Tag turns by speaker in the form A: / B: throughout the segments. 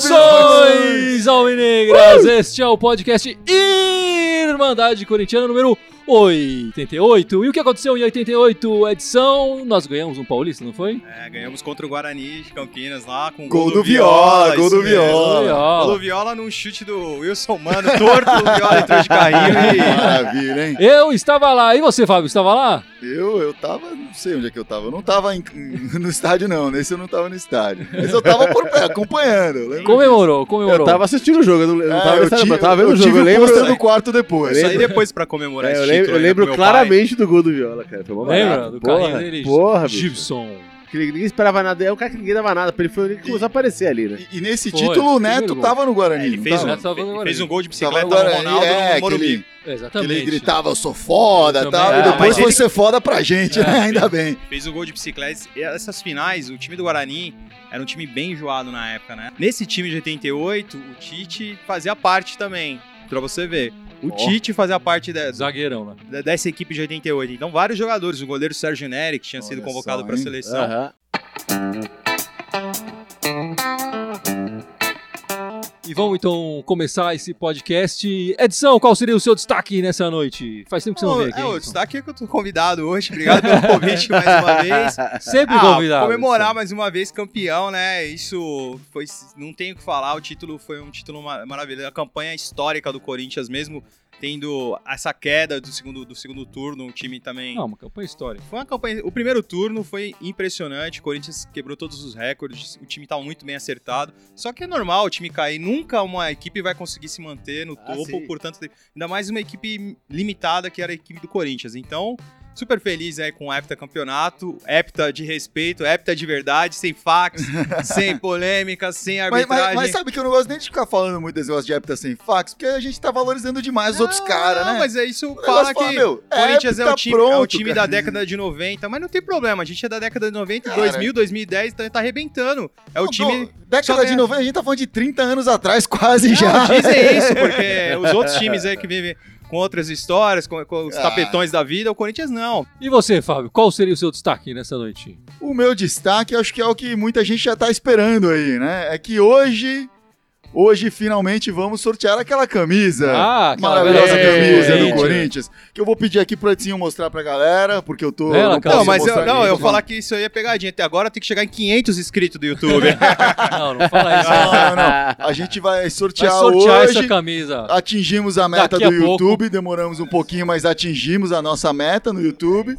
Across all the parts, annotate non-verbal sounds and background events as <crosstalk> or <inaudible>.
A: Saudações, Alvinegras! Este é o podcast Irmandade Corintiana número 88. E o que aconteceu em 88 edição? Nós ganhamos um paulista, não foi?
B: É, ganhamos contra o Guarani de Campinas lá com
C: Gol do Viola, gol
B: isso
C: do
B: mesmo.
C: Viola.
B: Gol do Viola num chute do Wilson Mano, torto, o Viola entrou de <laughs> carrinho
C: Maravilha, hein?
A: Eu estava lá. E você, Fábio, estava lá?
C: Eu, eu tava, não sei onde é que eu tava. Eu não tava em- no estádio, não. Nesse eu não tava no estádio. Mas eu tava por pé, acompanhando. eu lembro.
A: Comemorou, comemorou.
D: Eu tava assistindo o jogo, eu não, eu não
C: É,
D: tava, eu
C: tive-
D: eu tava vendo o jogo,
C: tive um
D: eu lembro, né?
C: pôster do quarto
B: e
C: depois.
B: eu saí depois pra comemorar
D: é, eu
B: esse
D: lembro,
B: título.
D: eu
B: ainda
D: lembro
B: com né? meu pai.
D: claramente do gol do Viola, cara, foi uma
A: Lembra
D: barata.
A: do
D: porra,
A: carrinho dele?
D: Porra, bicho,
A: Gibson.
D: que ninguém esperava nada, é o cara que ninguém dava nada, pra ele foi o único que começou a aparecer ali, né?
C: E, e nesse
A: Foi,
C: título o
A: primeiro
C: Neto
A: gol.
C: tava no Guarani.
B: Ele
C: não é
B: fez,
C: tava?
A: Neto tava no
B: um,
A: Guarani.
B: fez um gol de
C: Tava
B: bicicleta
C: no
B: no
C: Guarani,
B: Ronaldo
C: é,
B: no
C: que
B: Morumbi.
C: ele, que
A: Exatamente.
C: ele gritava, eu sou foda
A: Eu
C: e tal.
A: também,
C: E
A: é,
C: depois
B: mas
C: foi
B: ele- É.
C: ser foda pra gente, né? ainda bem.
B: Fez um gol de bicicleta. E Essas finais, o time do Guarani era um time bem enjoado na época, né? Nesse time de 88, o Tite fazia parte também, pra você ver. O
D: Ó.
B: Tite fazia parte de-
A: Zagueirão, né?
B: de- dessa equipe de 88. Então, vários jogadores. O goleiro Sérgio Neri, que tinha sido
C: Olha
B: convocado
C: só,
B: pra
C: hein?
B: seleção.
A: É.
D: Aham.
A: E vamos então começar esse podcast. Edição, qual seria o seu destaque nessa noite? Faz tempo que você não
B: Bom,
A: vem aqui.
B: é, o
A: Edson.
B: destaque é que eu tô convidado hoje. Obrigado pelo convite
A: <laughs>
B: mais uma vez.
A: Sempre
B: Ah,
A: convidado.
B: comemorar
A: Edson.
B: mais uma vez campeão, né? Isso foi. Não tem o que falar. O título foi um título ma- maravilhoso. A campanha histórica do Corinthians, mesmo tendo essa queda do segundo, do segundo turno, o time também.
A: Não, uma campanha histórica.
B: Foi uma campanha. O primeiro turno foi impressionante. O Corinthians quebrou todos os recordes. O time tá muito bem acertado. Só que é normal o time cair. Nunca uma equipe vai conseguir se manter no
D: Ah,
B: topo
D: sim.
B: por tanto tempo. Ainda mais uma equipe limitada que era a equipe do Corinthians. Então, super feliz aí com o Hepta Campeonato. Hepta de respeito, Hepta de verdade,
C: <laughs>
B: sem fax, sem polêmica, sem
C: Mas, mas-
B: É arbitragem.
C: mas sabe que eu não gosto nem de ficar falando muito desse negócio de épita sem fax, porque a gente tá valorizando demais os outros
B: Não,
C: caras,
B: não,
C: né?
B: Mas é isso,
C: O
B: fala
C: negócio
B: que.
C: fala, meu,
B: Corinthians é
C: tá
B: o time, é o
C: pronto,
B: time
C: cara.
B: da década de 90, mas não tem problema, a gente é da década de 90,
C: Cara.
B: 2000, 2010, então tá arrebentando. É o
C: Não,
B: time.
C: do-
B: só
C: Década
B: ganha.
C: de 90, a gente tá falando de 30 anos atrás, quase
B: Não,
C: já. <laughs>
B: dizem isso, porque os outros times aí que vivem com outras histórias, com, com os
C: Ah.
B: tapetões da vida, o Corinthians não.
A: E você, Fábio, qual seria o seu destaque nessa noite?
C: O meu destaque, acho que é o que muita gente já tá esperando aí, né? É que hoje, hoje finalmente vamos sortear aquela camisa.
A: Ah, aquela
C: É. Maravilhosa
A: bela
C: camisa
A: Corinthians.
B: né?
C: do Corinthians. Que eu vou pedir aqui pro Edinho mostrar pra galera, porque eu tô.
A: Bela camisa.
B: não, mas
C: mostrar
B: eu, não,
C: ninguém,
B: eu
C: tô
B: falar que isso aí é pegadinha. Até agora tem que chegar em 500 inscritos
C: <laughs>
B: do YouTube.
A: né? Não, não fala isso.
C: falando. Não, não, não. A gente vai
A: Vai
C: sortear,
A: sortear
C: hoje.
A: essa camisa.
C: Atingimos a meta
A: Daqui a
C: do
A: pouco.
C: YouTube, demoramos um pouquinho, mas atingimos a nossa meta no YouTube.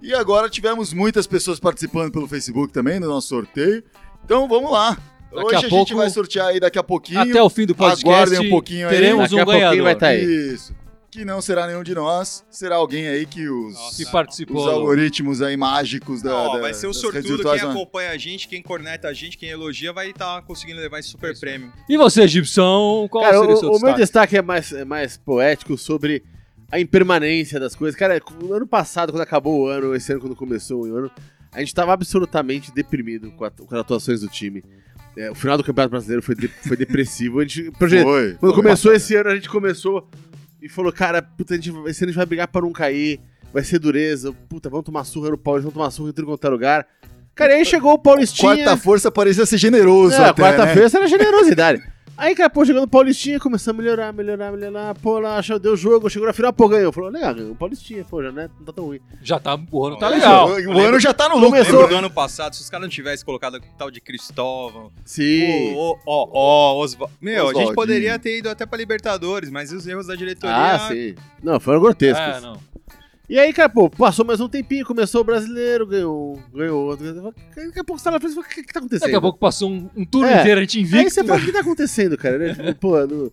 C: E agora tivemos muitas pessoas participando pelo Facebook também no nosso sorteio. Então vamos lá.
A: Daqui
C: Hoje
A: a
C: a, gente
A: pouco-
C: vai sortear aí daqui a pouquinho.
A: Até o fim do podcast.
C: Aguardem um pouquinho aí.
A: teremos
D: Daqui
A: um
D: a pouquinho
A: ganhador
D: vai tá aí.
C: Isso. Que não será nenhum de nós, será alguém aí que os,
B: Nossa.
A: que
C: os
A: participou.
C: algoritmos aí mágicos da,
B: Ó,
C: da-
B: vai ser o
C: das redes
B: sortudo,
C: virtuais né?
B: quem
C: vão-
B: acompanha a gente, quem corneta a gente, quem elogia, vai estar conseguindo levar esse super
C: É
A: Isso.
B: prêmio.
A: E você, Gibson, qual
D: Cara,
A: seria
D: o,
A: o seu
D: o meu
A: destaque?
D: destaque é mais, é mais poético sobre a impermanência das coisas. Cara, no ano passado, quando acabou o ano, esse ano quando começou o ano, a gente tava absolutamente deprimido com, a- com as atuações do time. É, o final do Campeonato Brasileiro foi, de- foi depressivo. A <laughs> gente projetou,
C: Foi,
D: Quando
C: foi.
D: começou esse ano, a gente começou e falou, cara, puta, a gente, esse ano a gente vai brigar pra não cair, vai ser dureza, puta, vamos tomar surra no Paulista, vamos tomar surra em tudo quanto é lugar. Cara, e aí chegou o Paulistinha...
C: Quarta força parecia ser generoso
D: É,
C: até, né?
D: quarta-feira era generosidade. <laughs> Aí, cara, pô, chegando o Paulistinha, começou a melhorar, melhorar, melhorar, pô, lá, achou, deu jogo, chegou na final, pô, ganhou. Falou, legal, ganhou o Paulistinha, pô, já né, não tá tão ruim.
A: Já tá, o
C: É,
A: ano tá
B: Olha,
A: legal.
C: O- O ano já tá no lucro.
D: Começou-
B: Lembro do ano passado, se os caras não tivessem colocado o tal de Cristóvão,
D: Sim.
B: Ô, ô, ó, ó, Oswaldo. Meu, a gente
C: Oswaldinho.
B: poderia ter ido até pra Libertadores, mas os erros da diretoria.
D: Ah, sim. Não, foram grotescos.
A: Ah, não.
D: E aí, cara, pô, passou mais um tempinho, começou o brasileiro, ganhou um, ganhou outro. ganhou- Daqui a pouco você tá na frente e fala, o que, que tá acontecendo?
A: Daqui a pouco passou um, um turno
D: É.
A: inteiro, a gente
D: Aí
A: invicto.
D: você fala, o que tá acontecendo, cara? Né? Tipo, pô, no-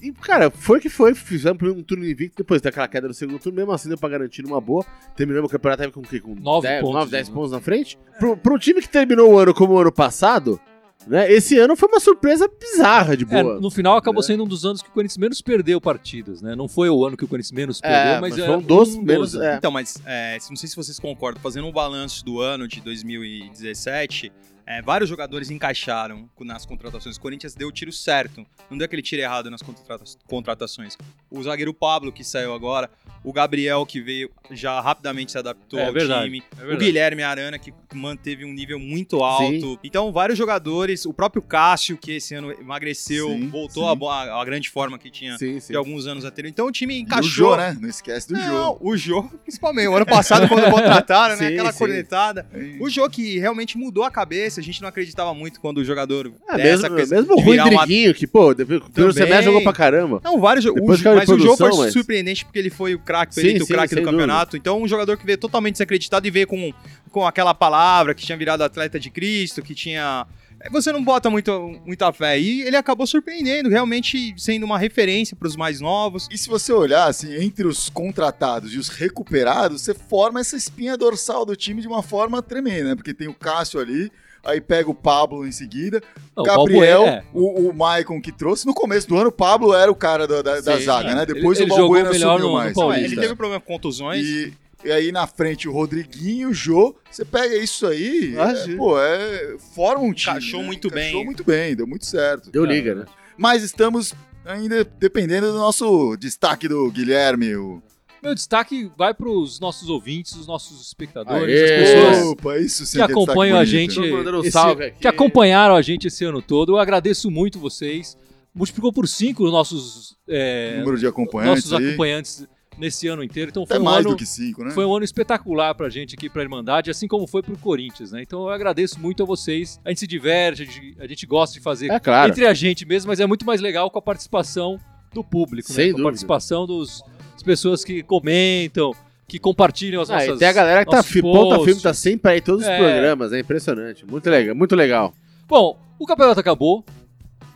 D: E, cara, foi que foi. Fizemos o primeiro um turno invicto, depois daquela queda no segundo turno, mesmo assim deu pra garantir numa boa. Terminamos o campeonato aí com o quê? Com
A: Nove
D: dez-
A: pontos,
D: nove, dez
A: né?
D: pontos na frente. Pro, pro time que terminou o ano como o ano passado, né? Esse ano foi uma surpresa bizarra de
A: É,
D: boa.
A: no final acabou
D: É.
A: sendo um dos anos que o Corinthians menos perdeu partidas, né? Não foi o ano que o Corinthians menos
D: É,
A: perdeu,
D: mas
A: mas,
D: foi
A: era
D: um dos menos-
A: dos
D: é.
B: né? Então, mas é, não sei se vocês concordam, fazendo um balanço do ano de 2017, É, vários jogadores encaixaram co- nas contratações. O Corinthians deu o tiro certo. Não deu aquele tiro errado nas contrata- contratações. O zagueiro Pablo, que saiu agora. O Gabriel, que veio já rapidamente se adaptou
A: É
B: ao
A: verdade,
B: time.
A: É
B: O
A: verdade.
B: Guilherme Arana, que manteve um nível muito alto. Então, vários jogadores. O próprio Cássio, que esse ano emagreceu,
C: Sim,
B: voltou
C: sim.
B: à bo- à à grande forma que tinha
D: Sim, É, sim.
B: de alguns anos anteriores. Então, o time
C: E o
B: encaixou.
C: Jô, né? Não esquece do Jô.
B: Não, o Jô, principalmente. O ano passado, quando contrataram,
C: <laughs>
B: né?
D: Sim,
B: Aquela
D: sim.
B: cornetada.
C: Hein?
B: O jogo que realmente mudou a cabeça, a gente não acreditava muito quando o jogador.
D: Ah,
C: É,
B: dessa
D: mesmo,
B: coisa
D: mesmo o
B: de virar uma-
D: Rodriguinho, que, pô, depois, o primeiro
B: Também.
D: semestre jogou pra caramba.
B: Não, vários jo- o
D: Depois
B: jo-
D: caiu de
B: Mas o jogo
D: produção,
B: foi
D: mas-
B: surpreendente porque ele foi o craque, foi
D: Sim,
B: eleito o
D: sim,
B: craque do
D: sem
B: campeonato. Então, um jogador que veio totalmente desacreditado e veio com, com aquela palavra que tinha virado atleta de Cristo, que tinha. é, Você não bota muito, muita fé. E ele acabou surpreendendo, realmente sendo uma referência para os mais novos.
C: E se você olhar, assim, entre os contratados e os recuperados, você forma essa espinha dorsal do time de uma forma tremenda, né? Porque tem o Cássio ali, aí pega o Pablo em seguida,
A: Não, o
C: Gabriel,
A: Balbuena- é.
C: o, o Maicon que trouxe. No começo do ano, o Pablo era o cara da, da- da
D: Sim.
C: zaga, né? Depois
A: Ele- ele
C: o
A: jogou
C: Balbuena
A: melhor
C: subiu
A: no- no
C: mais.
A: Paulista.
B: Então, é, Ele teve problema com contusões.
C: E, e aí na frente o Rodriguinho, o Jô, você pega isso aí,
D: Ah,
C: é,
D: sim.
C: pô, é, forma um time.
B: Encaixou
C: né?
B: muito
C: Encaixou
B: bem.
C: muito bem, deu muito certo.
D: Deu liga, né?
C: Mas estamos ainda dependendo do nosso destaque do Guilherme, o...
A: Meu destaque vai para os nossos ouvintes, os nossos espectadores,
D: Aê!
A: as pessoas
C: Opa, isso sim
A: que
C: é destaque
A: acompanham a
C: bonito.
A: gente,
D: Tô mandando um
A: esse-
D: salve aqui.
A: que acompanharam a gente esse ano todo. Eu agradeço muito vocês. Multiplicou por cinco os nossos, é,
C: Número de acompanhantes
A: nossos
C: aí.
A: acompanhantes nesse ano inteiro. Então
C: Até
A: foi um
C: mais
A: ano,
C: do que cinco, né?
A: foi um ano espetacular pra gente aqui pra Irmandade, assim como foi pro Corinthians, né? Então eu agradeço muito a vocês. A gente se diverte, a gente, a gente gosta de fazer
D: É claro.
A: entre a gente mesmo, mas é muito mais legal com a participação do público,
D: Sem
A: né? Com
D: dúvida.
A: a participação dos, das pessoas que comentam, que compartilham as
D: Ah,
A: nossas.
D: e tem a galera que tá
A: nossos
D: fi, ponta
A: posts.
D: firme, tá sempre aí em todos os
A: É.
D: programas, é impressionante. Muito legal, muito legal.
A: Bom, o campeonato acabou.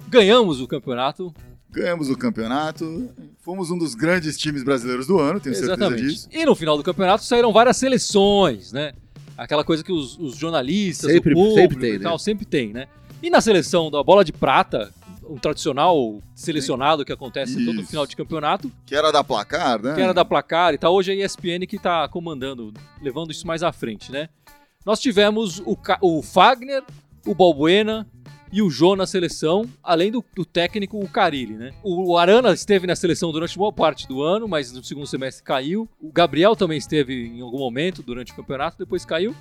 A: Ganhamos o campeonato.
C: Ganhamos o campeonato, fomos um dos grandes times brasileiros do ano, tenho certeza
A: Exatamente.
C: disso.
A: E no final do campeonato saíram várias seleções, né? Aquela coisa que os, os jornalistas,
D: Sempre-
A: o público
D: sempre tem,
A: e tal, sempre tem, né? E na seleção da bola de prata, um tradicional selecionado que acontece todo
C: Isso.
A: final de campeonato,
C: Que era da placar, né?
A: que era da placar e tal. Hoje é a ESPN que tá comandando, levando isso mais à frente, né? Nós tivemos o, Ca- o Fagner, o Balbuena e o Jô na seleção, além do, do técnico, o Carilli, né? O Arana esteve na seleção durante boa parte do ano, mas no segundo semestre caiu. O Gabriel também esteve em algum momento durante o campeonato, depois caiu.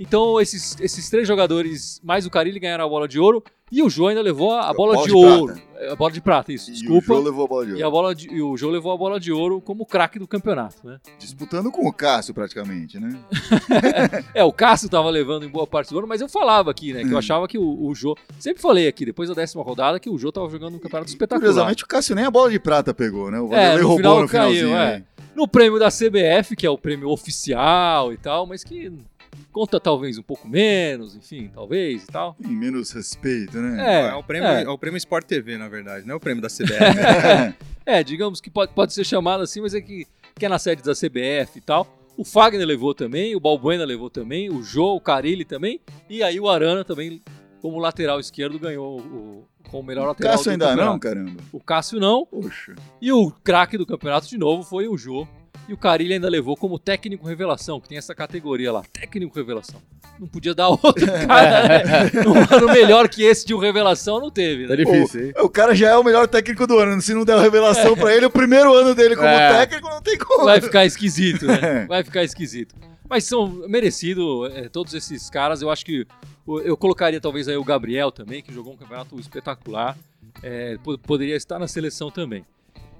A: Então, esses, esses três jogadores, mais o Carilli, ganharam a bola de ouro. E o Jô ainda levou a, a bola, de, ouro. É, A bola de prata, isso.
C: E
A: desculpa.
C: o Jô levou a bola de ouro.
A: E, a bola de- e o Jô levou a bola de ouro como craque do campeonato, né?
C: Disputando com o Cássio, praticamente, né?
A: É, o Cássio tava levando em boa parte do ano, mas eu falava aqui, né? Que eu
C: Hum.
A: achava que o, o Jô. Sempre falei aqui, depois da décima rodada, que o Jô tava jogando um campeonato espetacular.
C: Curiosamente, o Cássio nem a bola de prata pegou, né? O Vanderlei
A: no
C: roubou
A: final
C: no
A: caiu,
C: finalzinho.
A: é.
C: né?
A: No prêmio da CBF, que é o prêmio oficial e tal, mas que conta talvez um pouco menos, enfim, talvez e tal.
C: Tem menos respeito, né?
A: É,
B: É, o prêmio,
A: é.
B: é o prêmio Sport TV, na verdade, não é o prêmio da CBF. né?
A: É, digamos que pode, pode ser chamado assim, mas é que, que é na sede da CBF e tal. O Fagner levou também, o Balbuena levou também, o Jô, o Carilli também, e aí o Arana também, como lateral esquerdo, ganhou o, como melhor
C: o
A: lateral.
C: Cássio
A: do
C: ainda
A: campeonato.
C: não, caramba.
A: O Cássio não,
C: Poxa.
A: e o craque do campeonato de novo foi o Jô. E o Carilli ainda levou como técnico revelação, que tem essa categoria lá, técnico revelação. Não podia dar <laughs>
C: <laughs>
A: outro cara, né? Um ano melhor que esse de um revelação não teve,
D: Tá
A: né?
D: difícil, hein?
C: O cara já é o melhor técnico do ano. Se não der revelação pra ele, o primeiro ano dele como
D: É.
C: técnico não tem <laughs> como.
A: Vai ficar esquisito, né?
C: É.
A: Vai ficar esquisito. Mas são merecido é, todos esses caras. Eu acho que o- eu colocaria talvez aí o Gabriel também, que jogou um campeonato espetacular. É, po- poderia estar na seleção também.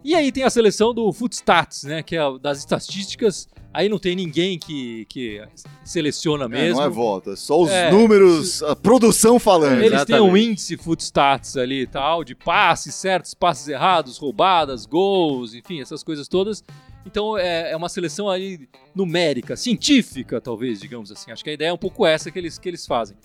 A: E aí tem a seleção do Footstats, né? Que é a das estatísticas. Aí não tem ninguém que, que seleciona
C: É,
A: mesmo.
C: não é voto, é só os
A: É.
C: números, a produção falando.
A: Eles têm um
D: Exatamente.
A: índice Footstats ali e tal, de passes certos, passes errados, roubadas, gols, enfim, essas coisas todas. Então é, é uma seleção aí numérica, científica, talvez, digamos assim. Acho que a ideia é um pouco essa que eles, que eles fazem.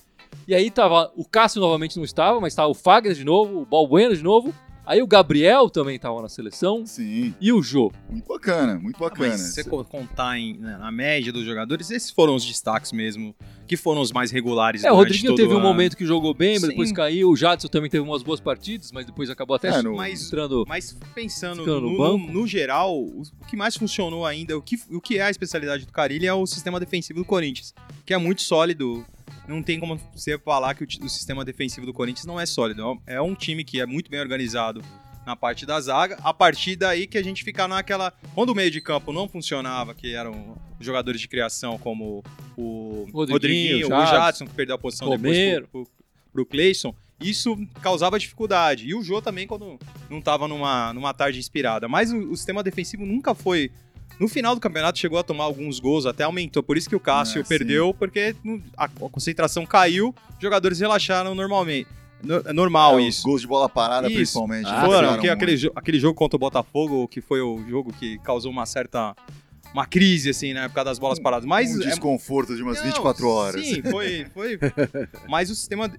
A: E aí tava. O Cássio novamente não estava, mas estava o Fagner de novo, o Balbuena de novo. Aí o Gabriel também estava na seleção.
C: Sim,
A: E o Jô.
C: muito bacana, muito bacana.
B: Ah, Mas se você co- contar em- né, na média dos jogadores, esses foram os destaques mesmo, que foram os mais regulares.
A: É, o
B: durante
A: Rodriguinho
B: todo
A: teve
B: o
A: um
B: ano.
A: momento que jogou bem, mas
B: Sim.
A: depois caiu. O Jadson também teve umas boas partidas, mas depois acabou até
C: É,
A: se-
C: no-
B: Mas-
A: entrando.
B: Mas pensando
A: Ficando
B: no,
A: no
B: no-
A: banco.
B: no geral, o o que mais funcionou ainda, o que, o que é a especialidade do Carilli é o sistema defensivo do Corinthians, que é muito sólido. não tem como você falar que o, ti- o sistema defensivo do Corinthians não é sólido. É um- É um time que é muito bem organizado na parte da zaga. A partir daí que a gente fica naquela. Quando o meio de campo não funcionava, que eram os jogadores de criação como o
A: Rodriguinho,
B: Rodriguinho, o
A: Jadson,
B: Jadson, que perdeu a posição
A: Romero.
B: depois pro, pro, pro Cleison. Isso causava dificuldade. E o Jô também, quando não estava numa, numa tarde inspirada. Mas o, o sistema defensivo nunca foi. No final do campeonato chegou a tomar alguns gols, até aumentou. Por isso que o Cássio
C: Ah, sim.
B: perdeu, porque não- a, a concentração caiu, os jogadores relaxaram normalmente. No- é normal
C: É, os
B: isso.
C: Gols de bola parada,
B: Isso. Ah,
C: principalmente. né?
B: Foram,
C: Pegaram
B: porque
C: muito.
B: aquele, jo- aquele jogo contra o Botafogo, que foi o jogo que causou uma certa. Uma crise, assim, né? Por causa das bolas paradas. Mas
C: um
B: é-
C: desconforto de umas
B: não,
C: 24 horas. assim.
B: Sim, foi,
C: <laughs>
B: foi. Mas o sistema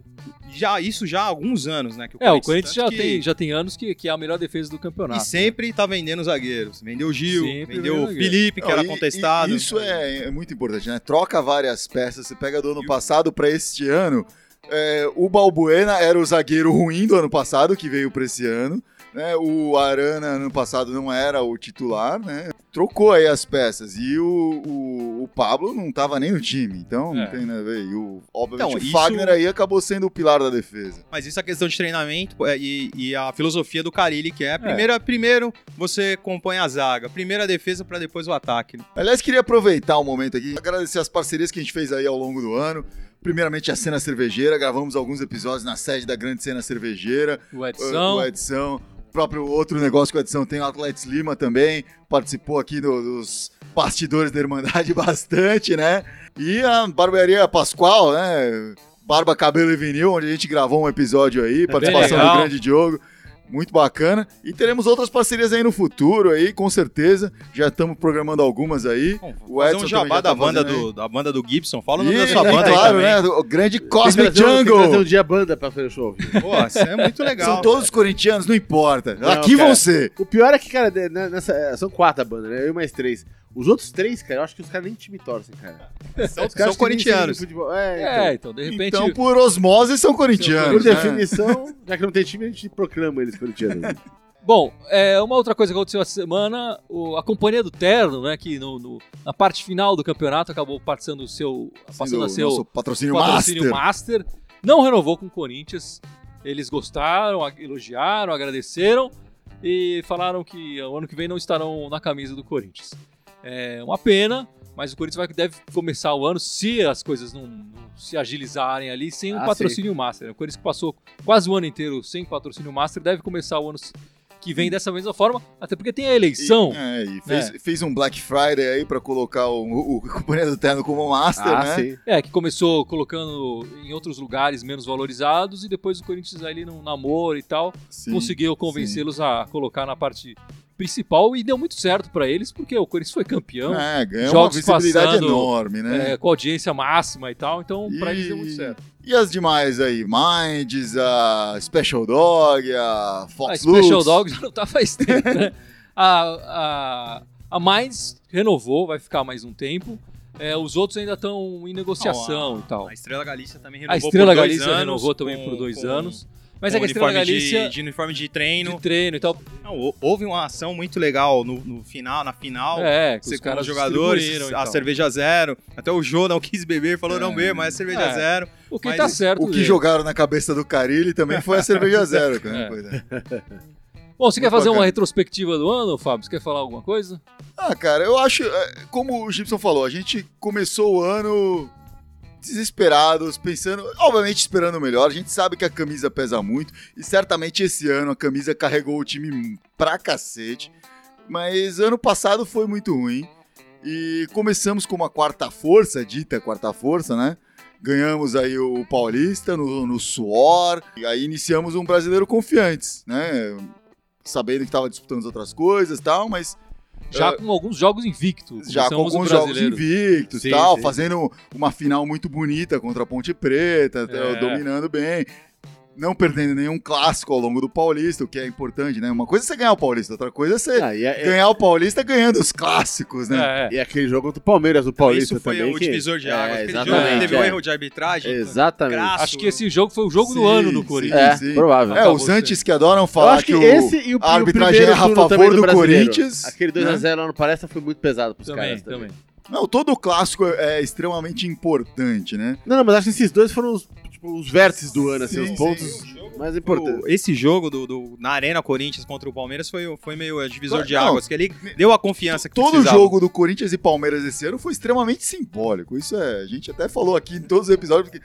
B: já isso já há alguns anos, né, que
A: É, o Corinthians já,
B: tanto que-
A: tem, já tem anos que, que é a melhor defesa do
B: e
A: campeonato.
B: sempre tá vendendo zagueiros. Vendeu o Gil,
A: Sempre
B: vendeu
A: vendeu
B: o
A: zagueiro.
B: Felipe, que
C: Não,
B: era
C: e-
B: contestado.
C: e isso é, é muito importante, né? Troca várias peças. Você pega do ano passado para este ano. É, o Balbuena era o zagueiro ruim do ano passado, que veio para esse ano. Né? O Arana, ano passado, não era o titular, né? Trocou aí as peças. E o, o, o Pablo não tava nem no time, então
A: É.
C: não tem nada a ver. E o, obviamente
B: Então,
C: o
B: isso-
C: Fagner aí acabou sendo o pilar da defesa.
B: Mas isso é questão de treinamento é, e, e a filosofia do Carilli, que é, primeiro, primeiro você compõe a zaga, primeiro a defesa para depois o ataque.
C: Aliás, queria aproveitar o momento aqui, agradecer as parcerias que a gente fez aí ao longo do ano. Primeiramente, a Cena Cervejeira. Gravamos alguns episódios na sede da Grande Cena Cervejeira.
A: O
C: O
A: Edson,
C: Edição. O próprio outro negócio que o Edição tem, o Atletes Lima também. Participou aqui do- dos bastidores da Irmandade <laughs> bastante, né? E a Barbearia Pascoal, né? Barba, Cabelo e Vinil, onde a gente gravou um episódio
B: É
C: aí. Participação do
A: legal.
C: Grande Diogo. Muito bacana. E teremos outras parcerias aí no futuro aí, com certeza. Já estamos programando algumas aí.
B: Bom,
C: O Edson
B: fazer um
C: também já
B: jabá
C: tá
B: da banda,
C: fazendo
B: do, da banda do Gibson, fala o nome
C: E,
B: da sua
C: né,
B: banda
C: claro,
B: aí também.
C: né? O grande
D: Tem
C: Cosmic
D: que trazer- tem que trazer um
C: Jungle.
D: dia a banda pra fazer o show. ao vivo.
B: Pô, isso é muito legal.
C: São todos corintianos, não importa.
D: Não,
C: Aqui
D: cara.
C: vão ser.
D: O pior é que, cara, de- né, nessa- é, são quatro a banda, né? Eu e mais três. Os outros três, cara, eu acho que os caras nem time torcem, cara.
B: são,
D: Os caras
B: são
D: acho que nem time de
B: corintianos.
D: futebol- É, então.
A: É, então, de repente.
C: Então, por osmose, são
D: Por
B: é.
C: corintianos. né?
D: definição, já que não tem time, a gente proclama eles corintianos.
A: Bom, é, uma outra coisa que aconteceu essa semana, o- a companhia do Terno, né, que no, no- na parte final do campeonato acabou passando o seu, passando
C: do
A: a seu
C: nosso patrocínio,
A: patrocínio
C: master.
A: master. não renovou com o Corinthians. Eles gostaram, a- elogiaram, agradeceram e falaram que o ano que vem não estarão na camisa do Corinthians. É uma pena, mas o Corinthians vai, deve começar o ano se as coisas não, não se agilizarem ali sem o
D: Ah,
A: patrocínio master. O Corinthians que passou quase o ano inteiro sem patrocínio master deve começar o ano que vem dessa mesma forma, até porque tem a eleição.
C: E, é, e fez, fez um Black Friday aí pra colocar o, o, o Companhia do Terno como master, né?
D: Ah, sim.
A: É, que começou colocando em outros lugares menos valorizados e depois o Corinthians aí ele num namoro e tal,
C: Sim.
A: conseguiu convencê-los a colocar na parte principal e deu muito certo pra eles, porque o Corinthians foi campeão,
C: É, ganhou uma
A: Jogos
C: visibilidade
A: passando,
C: enorme, né?
A: é, com audiência máxima e tal, então pra eles deu muito certo.
C: E as demais aí? Minds, a Special Dog, a
A: A
C: Fox Lux.
A: Ah, Special Dog já não tá faz tempo, né?
C: <laughs>
A: A, a, a Minds renovou, vai ficar mais um tempo. É, os outros ainda estão em negociação
B: Não, a-
A: e tal.
B: A Estrela Galícia também
A: A
B: renovou
A: Estrela
B: por dois
A: Galícia
B: anos,
A: renovou também
B: com-
A: por dois
B: com-
A: anos. Mas
B: com
A: é que a Estrela
B: uniforme de-
A: Galícia
B: De, uniforme de
A: de
B: treino.
A: treino e tal,
B: Não, hou- houve uma ação muito legal no, no final, na final.
A: É, que
B: Você
A: os
B: com os
A: caras
B: jogadores,
A: distribuíram e
B: a
A: tal.
B: cerveja zero. Até o Jô não quis beber, falou: não beba, mas é cerveja
A: É.
B: zero.
A: O que
B: mas
A: tá
B: o-
A: certo.
C: O que
A: dele.
C: jogaram na cabeça do Carilli também foi
A: <laughs>
C: a cerveja zero. Cara,
A: É.
C: Pois é.
A: Bom, você quer
C: Muito
A: fazer uma
C: bacana.
A: retrospectiva do ano, Fábio? Você quer falar alguma coisa?
C: Ah, cara, eu acho, é, como o Gibson falou, a gente começou o ano desesperados, pensando, obviamente esperando o melhor. A gente sabe que a camisa pesa muito e certamente esse ano a camisa carregou o time pra cacete. Mas ano passado foi muito ruim e começamos com uma quarta força, dita quarta força, né? Ganhamos aí o Paulista no, no suor, e aí iniciamos um brasileiro confiantes, né? Sabendo que tava disputando as outras coisas e tal, mas
A: Já
C: É.
A: com alguns jogos invicto.
C: já com
A: começamos o
C: alguns jogos
A: é um brasileiro.
C: invictos
D: Sim,
C: e tal,
D: sim.
C: fazendo uma final muito bonita contra a Ponte Preta, tá,
A: É.
C: dominando bem. Não perdendo nenhum clássico ao longo do Paulista, o que é importante, né? Uma coisa é você ganhar o Paulista, outra coisa é você
D: Ah, e, é-
C: ganhar o Paulista ganhando os clássicos, né?
A: É, é.
D: e aquele jogo contra o Palmeiras, o Paulista
B: Isso foi
D: também.
B: o
D: que-
B: divisor de águas.
D: É,
B: Aquele jogo
D: exatamente.
B: teve
D: é.
B: um erro de arbitragem.
D: Exatamente.
B: Crasso.
A: Acho que esse jogo foi o jogo do
C: Sim,
A: ano do
C: sim.
A: Corinthians.
D: É,
C: sim.
D: provável.
A: Não,
C: É,
A: tá,
C: os
A: você.
C: antes que adoram
D: Eu
C: falar
D: acho que,
C: o-
D: esse e o,
C: a arbitragem
D: e o primeiro
C: erra a
D: turno
C: favor
D: também
C: do
D: brasileiro. Né?
C: Corinthians,
D: Aquele 2x0 lá no Palestra foi muito pesado pros
A: Também,
D: caras.
A: também.
C: Não, todo clássico é extremamente importante, né?
D: Não, não, mas acho que esses dois foram os, tipo, os vértices do ano, assim,
C: Sim,
D: os pontos mais importantes.
B: O- Esse jogo do, do- na Arena Corinthians contra o Palmeiras foi, o- foi meio divisor de
C: Não,
B: águas, que ali deu a confiança que
C: Todo
B: precisava.
C: jogo do Corinthians e Palmeiras esse ano foi extremamente simbólico. Isso é, a gente até falou aqui em todos os episódios, porque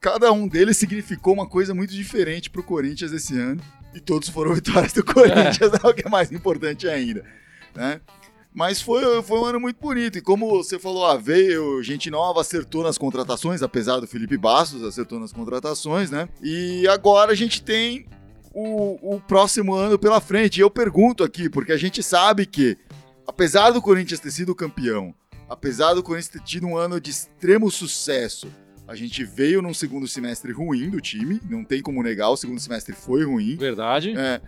C: cada um deles significou uma coisa muito diferente pro Corinthians esse ano. E todos foram <laughs> vitórias do Corinthians, é <laughs> o que é mais importante ainda. Né? Mas foi, foi um ano muito bonito. E como você falou, ah, veio gente nova, acertou nas contratações, apesar do Felipe Bastos, acertou nas contratações, né? E agora a gente tem o, o próximo ano pela frente. E eu pergunto aqui, porque a gente sabe que, apesar do Corinthians ter sido campeão, apesar do Corinthians ter tido um ano de extremo sucesso, a gente veio num segundo semestre ruim do time, não tem como negar, o segundo semestre foi ruim.
A: Verdade.
C: É.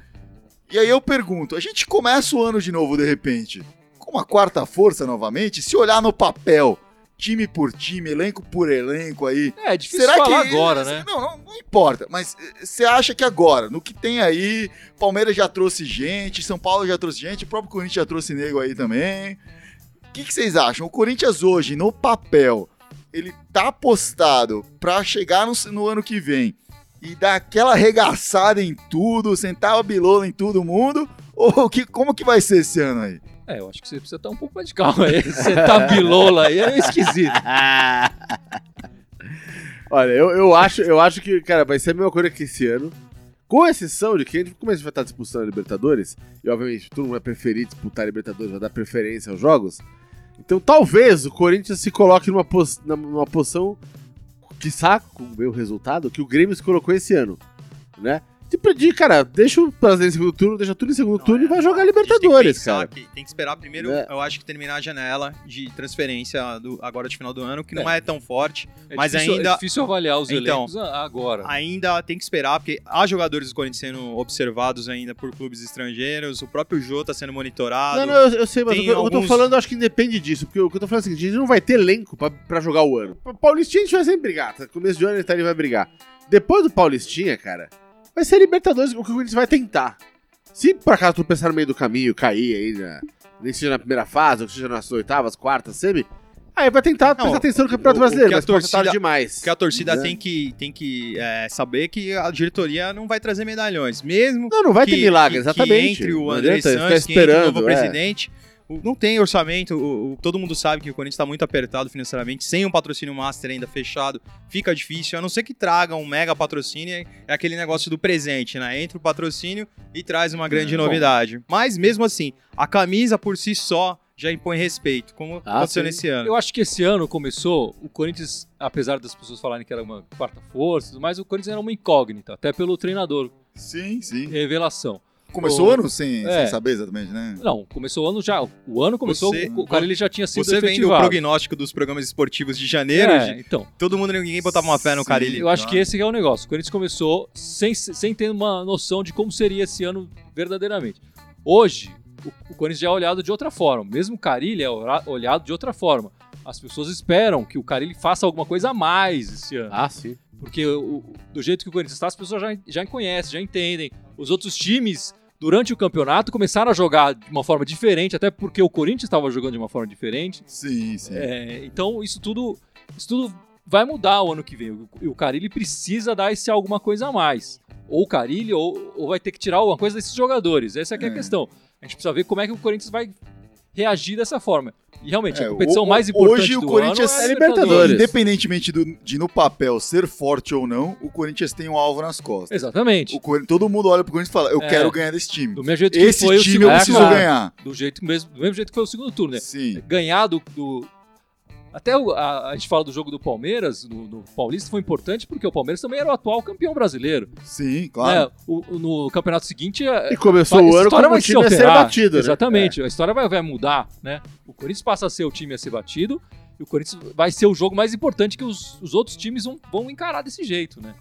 C: E aí eu pergunto, a gente começa o ano de novo de repente, com uma quarta força novamente, se olhar no papel, time por time, elenco por elenco aí,
A: É, difícil falar agora, né?
C: Não, não, não importa, mas eh, você acha que agora, no que tem aí, Palmeiras já trouxe gente, São Paulo já trouxe gente, o próprio Corinthians já trouxe nego aí também. O que, que vocês acham? O Corinthians hoje, no papel, ele tá apostado pra chegar no, no ano que vem e dar aquela arregaçada em tudo, sentar a bilola em todo mundo? Ou que, como que vai ser esse ano aí?
A: É, eu acho que você precisa estar um pouco mais de calma aí. <laughs> Você tá bilola aí, é esquisito.
D: <laughs> Olha, eu, eu, acho, eu acho que, cara, vai ser a mesma coisa que esse ano. Com exceção de que a gente como a gente vai estar disputando a Libertadores, e obviamente todo mundo vai preferir disputar a Libertadores, vai dar preferência aos jogos. Então talvez o Corinthians se coloque numa, pos, na- numa posição, quiçá, com o meu resultado, que o Grêmio se colocou esse ano, né? Tipo, de, cara, deixa o Brasileiro em segundo turno, deixa tudo em segundo
B: Não,
D: turno
B: é,
D: e vai jogar
B: a gente tem que
D: Libertadores,
B: pensar
D: cara.
B: que tem que esperar primeiro,
D: Né?
B: eu acho que terminar a janela de transferência do, agora de final do ano, que não é tão forte.
A: É
B: Mas
A: difícil,
B: ainda-
A: É difícil avaliar os
B: Então,
A: elencos a- agora.
D: Tá.
B: Ainda tem que esperar, porque há jogadores do Corinthians sendo observados ainda por clubes estrangeiros, o próprio Jô está sendo monitorado.
D: Não, não, eu, eu sei, mas o
B: Tem
D: que, eu- o que eu tô
B: alguns-
D: falando, eu acho que depende disso. Porque o que eu tô falando é o seguinte, a gente não vai ter elenco pra, pra jogar o ano. O Paulistinha a gente vai sempre brigar. tá? Começo de ano ele tá ali vai brigar. Depois do Paulistinha, cara, vai ser Libertadores, o que o Corinthians vai tentar. Se por acaso tu pensar no meio do caminho, cair aí, na, nem seja na primeira fase, ou que seja nas oitavas, quartas, semi, aí vai tentar
B: Não,
D: prestar atenção no Campeonato
B: o- o
D: Brasileiro,
B: que a
D: mas pode ser tarde
B: torcida-
D: demais.
B: Porque a torcida
D: Né?
B: tem que, tem que é, saber que a diretoria não vai trazer medalhões. Mesmo
D: Não, não vai
B: que,
D: ter milagre,
B: que- que
D: exatamente.
B: entre o
D: Não
B: André
D: adianta ficar
B: Santos, que entre o novo
D: é.
B: presidente, o- não tem orçamento. o- o- todo mundo sabe que o Corinthians está muito apertado financeiramente. Sem um patrocínio master ainda fechado, fica difícil. A não ser que traga um mega patrocínio, é- é aquele negócio do presente, né? Entra o patrocínio e traz uma
D: É,
B: grande
A: bom.
B: novidade. Mas mesmo assim, a camisa por si só já impõe respeito, como
D: Ah,
B: aconteceu
D: sim.
B: nesse ano.
A: Eu acho que esse ano começou, o Corinthians, apesar das pessoas falarem que era uma quarta força, e tudo mais, o Corinthians era uma incógnita, até pelo treinador,
C: Sim, sim.
A: revelação.
C: Começou
A: O-
C: o ano sem,
A: É.
C: sem saber exatamente, né?
A: Não, começou o ano já, o ano começou,
B: Você-
A: o cara ele já tinha sido
B: Você vendo o
A: efetivado.
B: prognóstico dos programas esportivos de janeiro,
A: é,
B: de-
A: então,
B: todo mundo, ninguém botava uma fé no
C: Sim,
B: Carilli.
A: eu acho que esse que é o negócio. O Corinthians começou sem, sem ter uma noção de como seria esse ano verdadeiramente. Hoje, o, o Corinthians já é olhado de outra forma. Mesmo o Carilli é ora- olhado de outra forma. As pessoas esperam que o Carilli faça alguma coisa a mais esse ano.
D: Ah, sim.
A: Porque o- o- do jeito que o Corinthians está, as pessoas já, já conhecem, já entendem. Os outros times, durante o campeonato, começaram a jogar de uma forma diferente, até porque o Corinthians estava jogando de uma forma diferente.
C: Sim, sim.
A: É, então, isso tudo, isso tudo vai mudar o ano que vem. O- E o Carilli precisa dar esse alguma coisa a mais. Ou o Carilli, ou, ou vai ter que tirar alguma coisa desses jogadores. Essa é, que é a
C: É.
A: questão. A gente precisa ver como é que o Corinthians vai reagir dessa forma. E realmente,
C: É,
A: a competição
C: o-
A: mais
C: o-
A: importante
C: hoje o
A: do
C: Corinthians
A: ano é a
D: é Libertadores.
C: Independentemente do- de no papel ser forte ou não, o Corinthians tem um alvo nas costas.
A: Exatamente.
B: É.
C: O Cor- todo mundo olha pro Corinthians e fala: Eu
A: É.
C: quero ganhar desse time.
A: Do mesmo jeito que
C: Esse
A: foi o
C: time eu
A: segundo-
C: preciso
A: É, claro.
C: ganhar.
A: do jeito mesmo, do mesmo jeito que foi o segundo
B: É.
A: turno, né?
C: Sim.
A: Ganhar do. do- até o- a, a gente fala do jogo do Palmeiras, no, no Paulista, foi importante porque o Palmeiras também era o atual campeão brasileiro.
C: Sim,
B: É,
C: claro.
A: né? O- o- no campeonato seguinte, a,
D: E começou o ano
A: é
D: como o
B: um
D: time a ser batido, né?
A: Ah, Exatamente,
B: É.
A: a história vai, vai mudar, né? O Corinthians passa a ser o time a ser batido e o Corinthians vai ser o jogo mais importante que os, os outros times vão, vão encarar desse jeito, né?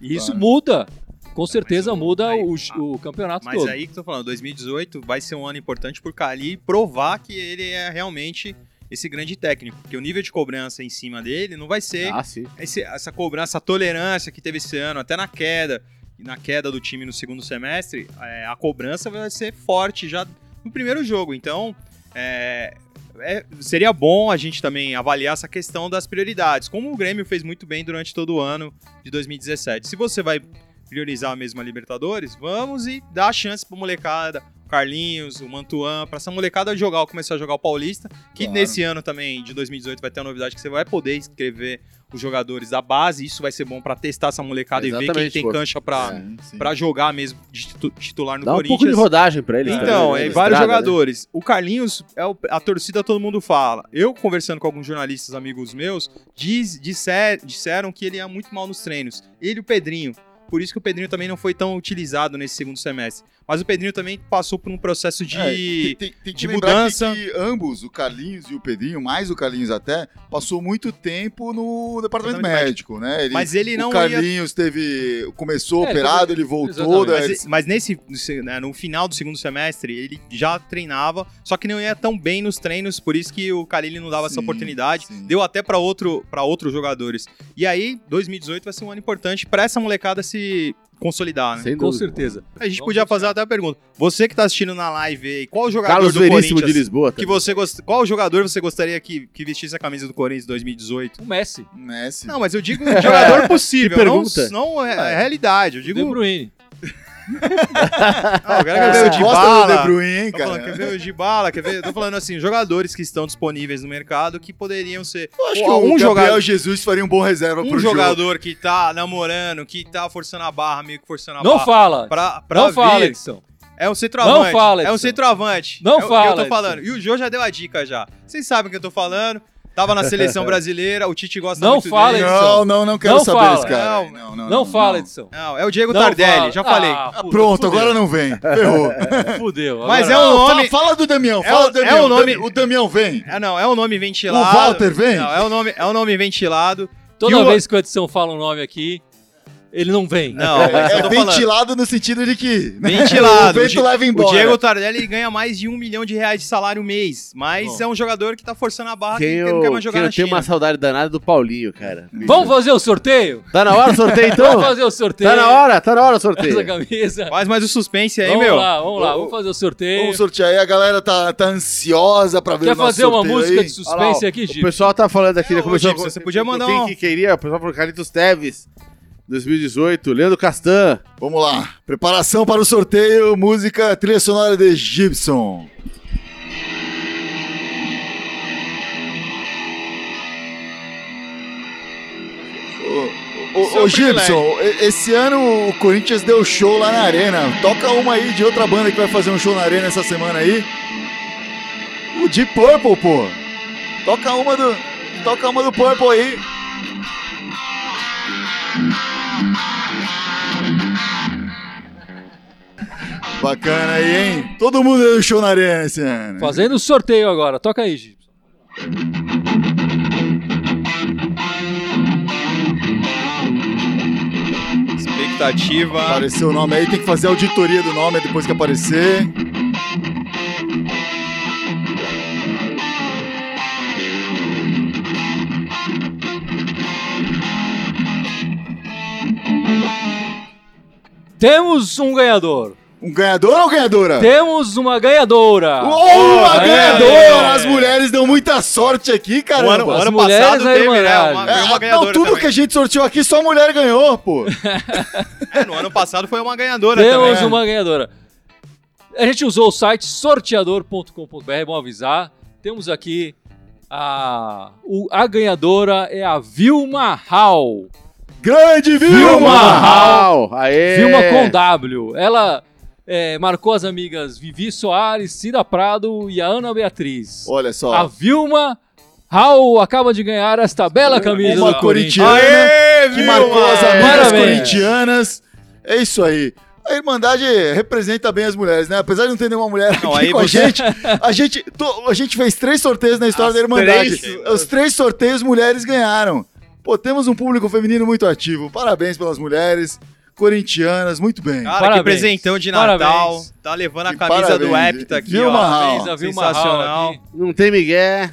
A: E isso
C: Claro.
A: muda, com certeza
B: o-
A: muda
B: aí-
A: o, o campeonato
B: Mas é
A: todo.
B: aí que eu tô falando, 2018 vai ser um ano importante pro Cali provar que ele é realmente esse grande técnico, porque o nível de cobrança em cima dele não vai ser
D: Ah, sim.
B: esse- essa cobrança, a tolerância que teve esse ano, até na queda, e na queda do time no segundo semestre, é, a cobrança vai ser forte já no primeiro jogo. Então, é, é, seria bom a gente também avaliar essa questão das prioridades, como o Grêmio fez muito bem durante todo o ano de 2017. Se você vai priorizar mesmo a Libertadores, vamos e dá chance pra molecada, o Carlinhos, o Mantuan, pra essa molecada jogar, começar a jogar o Paulista, que
C: Claro.
B: nesse ano também, de 2018, vai ter uma novidade que você vai poder inscrever os jogadores da base, isso vai ser bom pra testar essa molecada e ver quem
D: Exatamente,
B: tem
D: pô. É.
B: cancha pra,
C: Sim, sim.
B: pra jogar mesmo de titu- titular no
D: Dá um
B: Corinthians.
D: pouco de rodagem pra eles.
B: Então,
D: também,
B: é,
D: né?
B: vários
D: Estrada, né?
B: jogadores. O Carlinhos, é o- a torcida todo mundo fala. Eu, conversando com alguns jornalistas amigos meus, diz- disser- disseram que ele ia muito mal nos treinos. Ele e o Pedrinho. Por isso que o Pedrinho também não foi tão utilizado nesse segundo semestre. Mas o Pedrinho também passou por um processo
C: É, tem-
B: de.
C: tem, tem que
B: de
C: lembrar que-
B: mudança.
C: Que, ambos, o Carlinhos e o Pedrinho, mais o Carlinhos até, passou muito tempo no departamento
B: Departamento
C: médico, né? Ele,
B: mas ele não
C: o
B: ia.
C: Carlinhos teve, começou
A: É, ele
C: operado,
A: tava-
C: ele voltou. né?
A: exatamente.
C: Da,
B: Mas, mas nesse, nesse- né, no final do segundo semestre, ele já treinava, só que não ia tão bem nos treinos, por isso que o Carilli não dava essa
C: Sim,
B: oportunidade.
C: sim.
B: Deu até para outro, pra outros jogadores. E aí, 2018 vai ser um ano importante para essa molecada se consolidar, né?
D: Sem
A: Com
D: dúvida.
A: certeza.
B: A gente
A: Vamos
B: podia
A: buscar.
B: fazer até a pergunta. Você que tá assistindo na live aí, qual jogador
D: Carlos
B: do
D: Veríssimo de
B: Corinthians
D: Lisboa. tá?
B: que
D: também.
B: você gost... qual jogador você gostaria que, que vestisse a camisa do Corinthians 2018?
A: O Messi,
C: Messi.
B: Não, mas eu
D: <laughs>
B: digo um
D: um
B: jogador possível,
D: É. Que
B: É. não,
D: pergunta.
B: não é, é realidade. Eu
A: De
B: digo,
A: Bruyne.
B: ah, o cara
C: Cara,
D: É.
B: quer ver o
C: É, você gosta do De
B: Dybala,
C: Bruyne, hein,
B: Tô falando, quer
C: cara?
B: ver o Dybala, quer ver? Tô falando assim, jogadores que estão disponíveis no mercado que poderiam ser
C: Eu acho que
B: um
C: o Gabriel
B: jogador-
C: Jesus faria um bom reserva
B: um
C: pro jogo.
B: jogador que tá namorando, que tá forçando a barra, meio que forçando a
A: Não
B: barra.
A: fala.
B: Pra, pra
A: Não
B: vir.
A: fala, Edson.
B: É um centroavante.
A: Não fala,
B: É um
A: Edson.
B: centroavante.
A: Não
B: é
A: fala,
B: o que eu tô
A: Edson.
B: falando. E o Jô já deu a dica já. Vocês sabem o que eu tô falando. Tava na
C: <laughs>
B: seleção brasileira, o Tite gosta
A: Não
B: muito
A: fala,
B: dele.
A: Edson.
C: Não, não, não quero
A: Não
C: saber
A: fala.
C: esse cara.
B: Não,
A: Não, fala, Edson.
B: Não, é o Diego
A: Não
B: Tardelli,
A: fala.
B: já falei.
A: Ah, puta,
C: Pronto,
A: fudeu.
C: agora não
B: <laughs>
C: vem. Ferrou.
A: Fudeu.
B: Mas
A: agora-
B: é um
C: Não,
B: É nome-
C: Fala, fala do Damião,
B: É
C: fala
B: o-
C: do Damião.
B: é o nome-
C: O Damião vem.
B: É, não, é um nome ventilado.
C: O Walter vem?
B: Não, é um nome, é um nome ventilado.
A: Toda
B: E o-
A: vez que o Edson fala um nome aqui, ele não vem.
B: Não, é, isso que
C: É
B: eu tô falando.
C: ventilado no sentido de
B: <laughs>
C: que. né, <laughs>
B: Ventilado.
C: O vento
B: Di-
C: leva embora.
B: O Diego tá- Tardelli ganha mais de um milhão de reais de salário mês. Mas
A: Bom.
B: é um jogador que tá forçando a barra, que,
D: Quem
B: ele
D: eu,
B: não quer mais jogar
D: quem
B: na
D: eu tenho
B: China.
D: uma saudade danada é do Paulinho, cara.
A: Vamos fazer o sorteio?
D: Tá na hora o sorteio, então?
A: Vamos fazer o sorteio.
D: Tá na hora, tá na hora
A: <laughs>
D: o
A: Essa
D: sorteio.
A: camisa.
B: Faz mais o suspense aí,
A: vamos
B: meu.
A: lá, vamos lá.
C: Ô,
A: Vamos fazer o sorteio.
C: Vamos sortear aí, a galera tá, tá ansiosa pra ver o
A: Quer
C: nosso
A: fazer uma
C: sorteio
A: música
C: aí.
A: de
D: Olha lá,
A: suspense
D: ó,
A: aqui,
D: O
A: Gil?
D: pessoal tá falando aqui,
B: É,
D: né?
B: ô,
D: Começou
B: Gibson,
D: com-
B: você podia
D: com
B: mandar
D: quem
B: um-
D: que queria, o pessoal falou Carlitos Teves, 2018, Leandro Castan.
C: Vamos lá. Preparação para o sorteio, música trilha sonora de Gibson. Ô,
B: Isso
C: ô,
B: é um
C: ô, Gibson, e- esse ano o Corinthians deu show lá na arena. Toca uma aí de outra banda que vai fazer um show na arena essa semana aí. O Deep Purple, pô. Toca uma do, toca uma do Purple aí. Bacana aí, hein? Todo mundo deu show na arena esse ano.
A: Fazendo o sorteio agora. Toca aí, Gil.
B: Expectativa.
C: Apareceu o nome aí, tem que fazer a auditoria do nome depois que aparecer.
A: Temos um ganhador.
C: Um ganhador ou ganhadora?
A: Temos uma ganhadora.
C: Ô, uma
A: É.
C: ganhadora! As mulheres dão muita sorte aqui,
B: O ano, o
C: caramba.
A: As
B: ano
A: mulheres
B: passado
A: aí,
B: teve,
A: mano.
B: né? Uma,
C: É,
B: foi uma
C: não,
B: ganhadora.
C: tudo
B: também.
C: que a gente sorteou aqui, só mulher ganhou, pô.
B: É, no ano passado foi uma ganhadora também. né?
A: Temos uma ganhadora. A gente usou o site sorteador.com.br, é bom avisar. Temos aqui a, o- a ganhadora é a Vilma Hall.
C: Grande Vilma!
A: Vilma!
D: Uau, aê.
A: Vilma com W. Ela é, marcou as amigas Vivi Soares, Cida Prado e a Ana Beatriz.
C: Olha só.
A: A Vilma Hall acaba de ganhar esta bela camisa
C: uma
A: do Corinthians.
C: corintiana.
A: né?
B: Aê,
C: que
B: Vilma!
C: marcou as amigas
A: Parabéns.
C: corintianas. É isso aí. A Irmandade representa bem as mulheres, né? Apesar de não ter nenhuma mulher
B: Não,
C: aqui
B: aí
C: com
B: você-
C: a gente, a gente, to- a gente fez três sorteios na história
B: As
C: da Irmandade.
B: três?
C: Os três sorteios, mulheres ganharam. Pô, temos um público feminino muito ativo. Parabéns pelas mulheres corintianas, muito bem.
B: Cara, que
A: Parabéns.
B: presentão de Natal.
A: Parabéns.
B: Tá levando a
C: Que
B: camisa do
C: parabéns.
B: Epta aqui,
C: Vilma
B: ó.
C: Hall.
A: Parabéns a Vilma
B: Sensacional.
A: Hall aqui.
D: Não tem Miguel,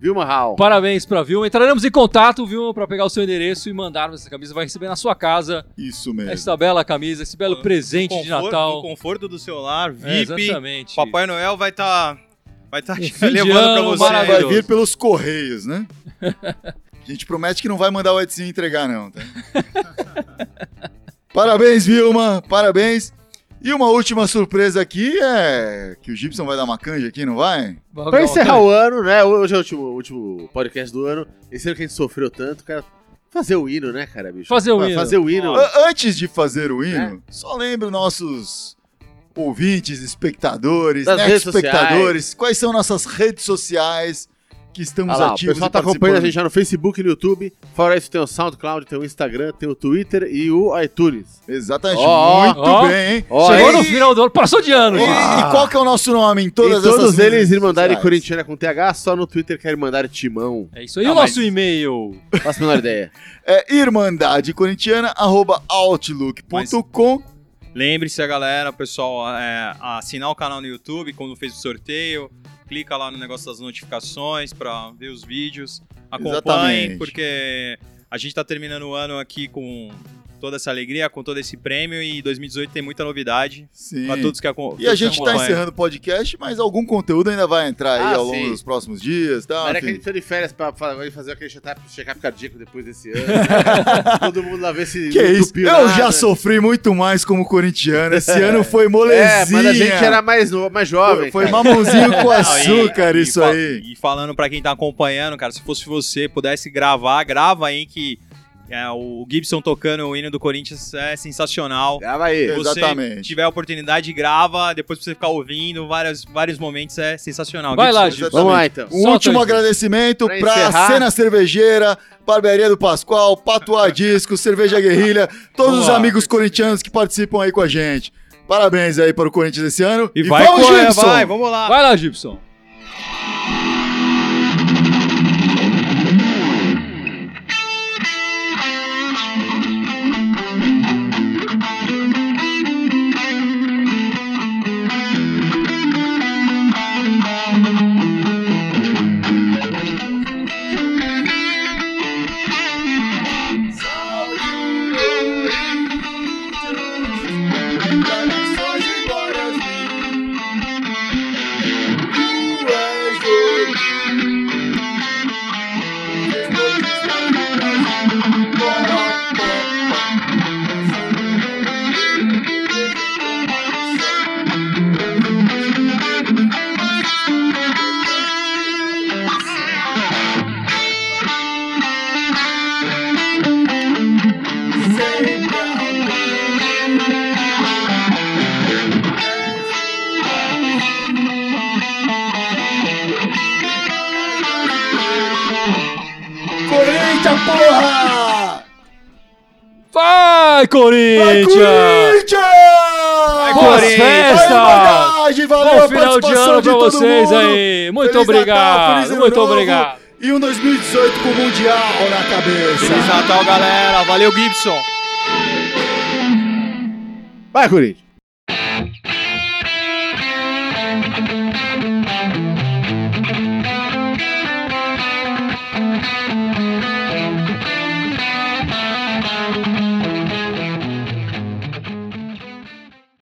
D: Vilma Hall.
A: Parabéns pra Vilma. Entraremos em contato, Vilma, pra pegar o seu endereço e mandarmos essa camisa. Vai receber na sua casa
C: Isso mesmo.
A: essa bela camisa, esse belo
B: No
A: presente de
B: conforto-
A: Natal.
B: No conforto do celular,
A: É,
B: VIP.
A: exatamente. Um
B: Papai Noel vai estar Vai <laughs> estar
A: fim de
B: levando pra
A: ano
B: você. aí, né?
C: Vai
A: maravilhoso.
C: vir pelos correios,
D: <laughs>
C: né? A gente promete que não vai mandar o Edson entregar, não. tá? <laughs> parabéns, Vilma. Parabéns. E uma última surpresa aqui é que o Gibson vai dar uma canja aqui, não vai?
A: um
D: Pra encerrar o ano, né? Hoje é o último, último podcast do ano. Esse ano que a gente sofreu tanto, cara. Fazer o hino, né, cara, bicho?
A: Fazer o hino.
D: Fazer o hino.
C: A- Antes de fazer o hino,
D: É.
C: só lembra nossos ouvintes, espectadores, né,
D: Das redes
C: espectadores, quais são nossas redes sociais que estamos
D: Ah lá, o
C: ativos
D: pessoal
C: e
D: tá acompanhando a
C: participando.
D: gente já no Facebook e no YouTube. Fora isso, tem o SoundCloud, tem o Instagram, tem o Twitter e o iTunes.
C: Exatamente,
D: Ó,
C: muito
A: ó.
C: bem, hein?
D: Ó,
A: Chegou
D: Olha
A: no
C: E-
A: final do ano, passou de ano.
C: E,
A: gente.
C: e qual que é o nosso nome em todas
D: Ah. e todos
C: essas
D: eles,
C: redes
D: Irmandade
C: sociais?
D: Corintiana com TH, só no Twitter que é Irmandade Timão.
A: É isso aí. E
B: Ah,
A: o nosso e-mail?
D: Faço a menor ideia.
C: <laughs> É irmandadecorintiana.outlook.com.
B: Lembre-se, a galera, pessoal, é, assinar o canal no YouTube quando fez o sorteio. Clica lá no negócio das notificações pra ver os vídeos. Acompanhem,
C: Exatamente.
B: porque a gente tá terminando o ano aqui com toda essa alegria, com todo esse prêmio e 2018 tem muita novidade
C: Sim.
B: pra todos que acom-
C: E a
B: todos que
C: gente tá
B: acompanham.
C: encerrando o podcast, mas algum conteúdo ainda vai entrar aí
D: Ah,
C: ao longo
D: sim.
C: dos próximos dias, tá?
D: Mas é que a
C: Enfim.
D: gente tá de férias pra, pra- pra fazer aquele check-up check-up cardíaco depois desse ano. <laughs> Todo mundo lá ver se
C: Que
D: não
C: isso?
D: entupiu
C: Eu
D: nada.
C: já sofri muito mais como corintiano.
D: <laughs>
C: Esse ano foi molezinha.
D: É, mas a gente era mais, novo, mais jovem.
C: Foi, foi
D: cara.
C: mamãozinho
D: <laughs>
C: com
B: Não, e-
C: açúcar,
B: e
C: isso
B: fa-
C: aí.
B: E falando pra quem tá acompanhando, cara, se fosse você, pudesse gravar, grava aí que é, o Gibson tocando o hino do Corinthians é sensacional.
D: Grava aí.
C: É.
B: você
C: Exatamente.
B: tiver a oportunidade, grava, depois pra você ficar ouvindo, vários, vários momentos, é sensacional.
A: Vai lá,
B: Gibson,
A: Gil.
D: Vamos lá, então.
C: Um
A: Solta
C: último
A: aí.
C: agradecimento
D: Pra
C: pra
D: encerrar.
C: Cena Cervejeira, Barbearia do
A: <laughs>
C: Pascoal, Patuá Disco, Cerveja Guerrilha, todos os
B: Boa.
C: amigos corintianos que participam aí com a gente. Parabéns aí para o Corinthians esse ano.
B: E vai,
C: vamos,
B: Coé,
C: Gibson!
B: vai, vamos lá.
A: Vai lá, Gibson.
C: Corinthians, porra!
A: Vai,
C: Vai,
A: Corinthians!
C: Corinthians!
B: Vai,
A: Boas
B: Corinthians!
A: festas!
C: Valeu, bagagem, valeu
A: Bom
C: a
A: final de
C: participação
A: ano
C: de
A: pra
C: todo
A: vocês
C: mundo.
A: aí. Muito
C: Feliz Natal,
A: obrigado,
C: feliz ano
A: muito
C: novo
A: obrigado.
C: E um 2018 com o Mundial na cabeça.
B: Feliz Natal, galera. Valeu, Gibson.
D: Vai, Corinthians.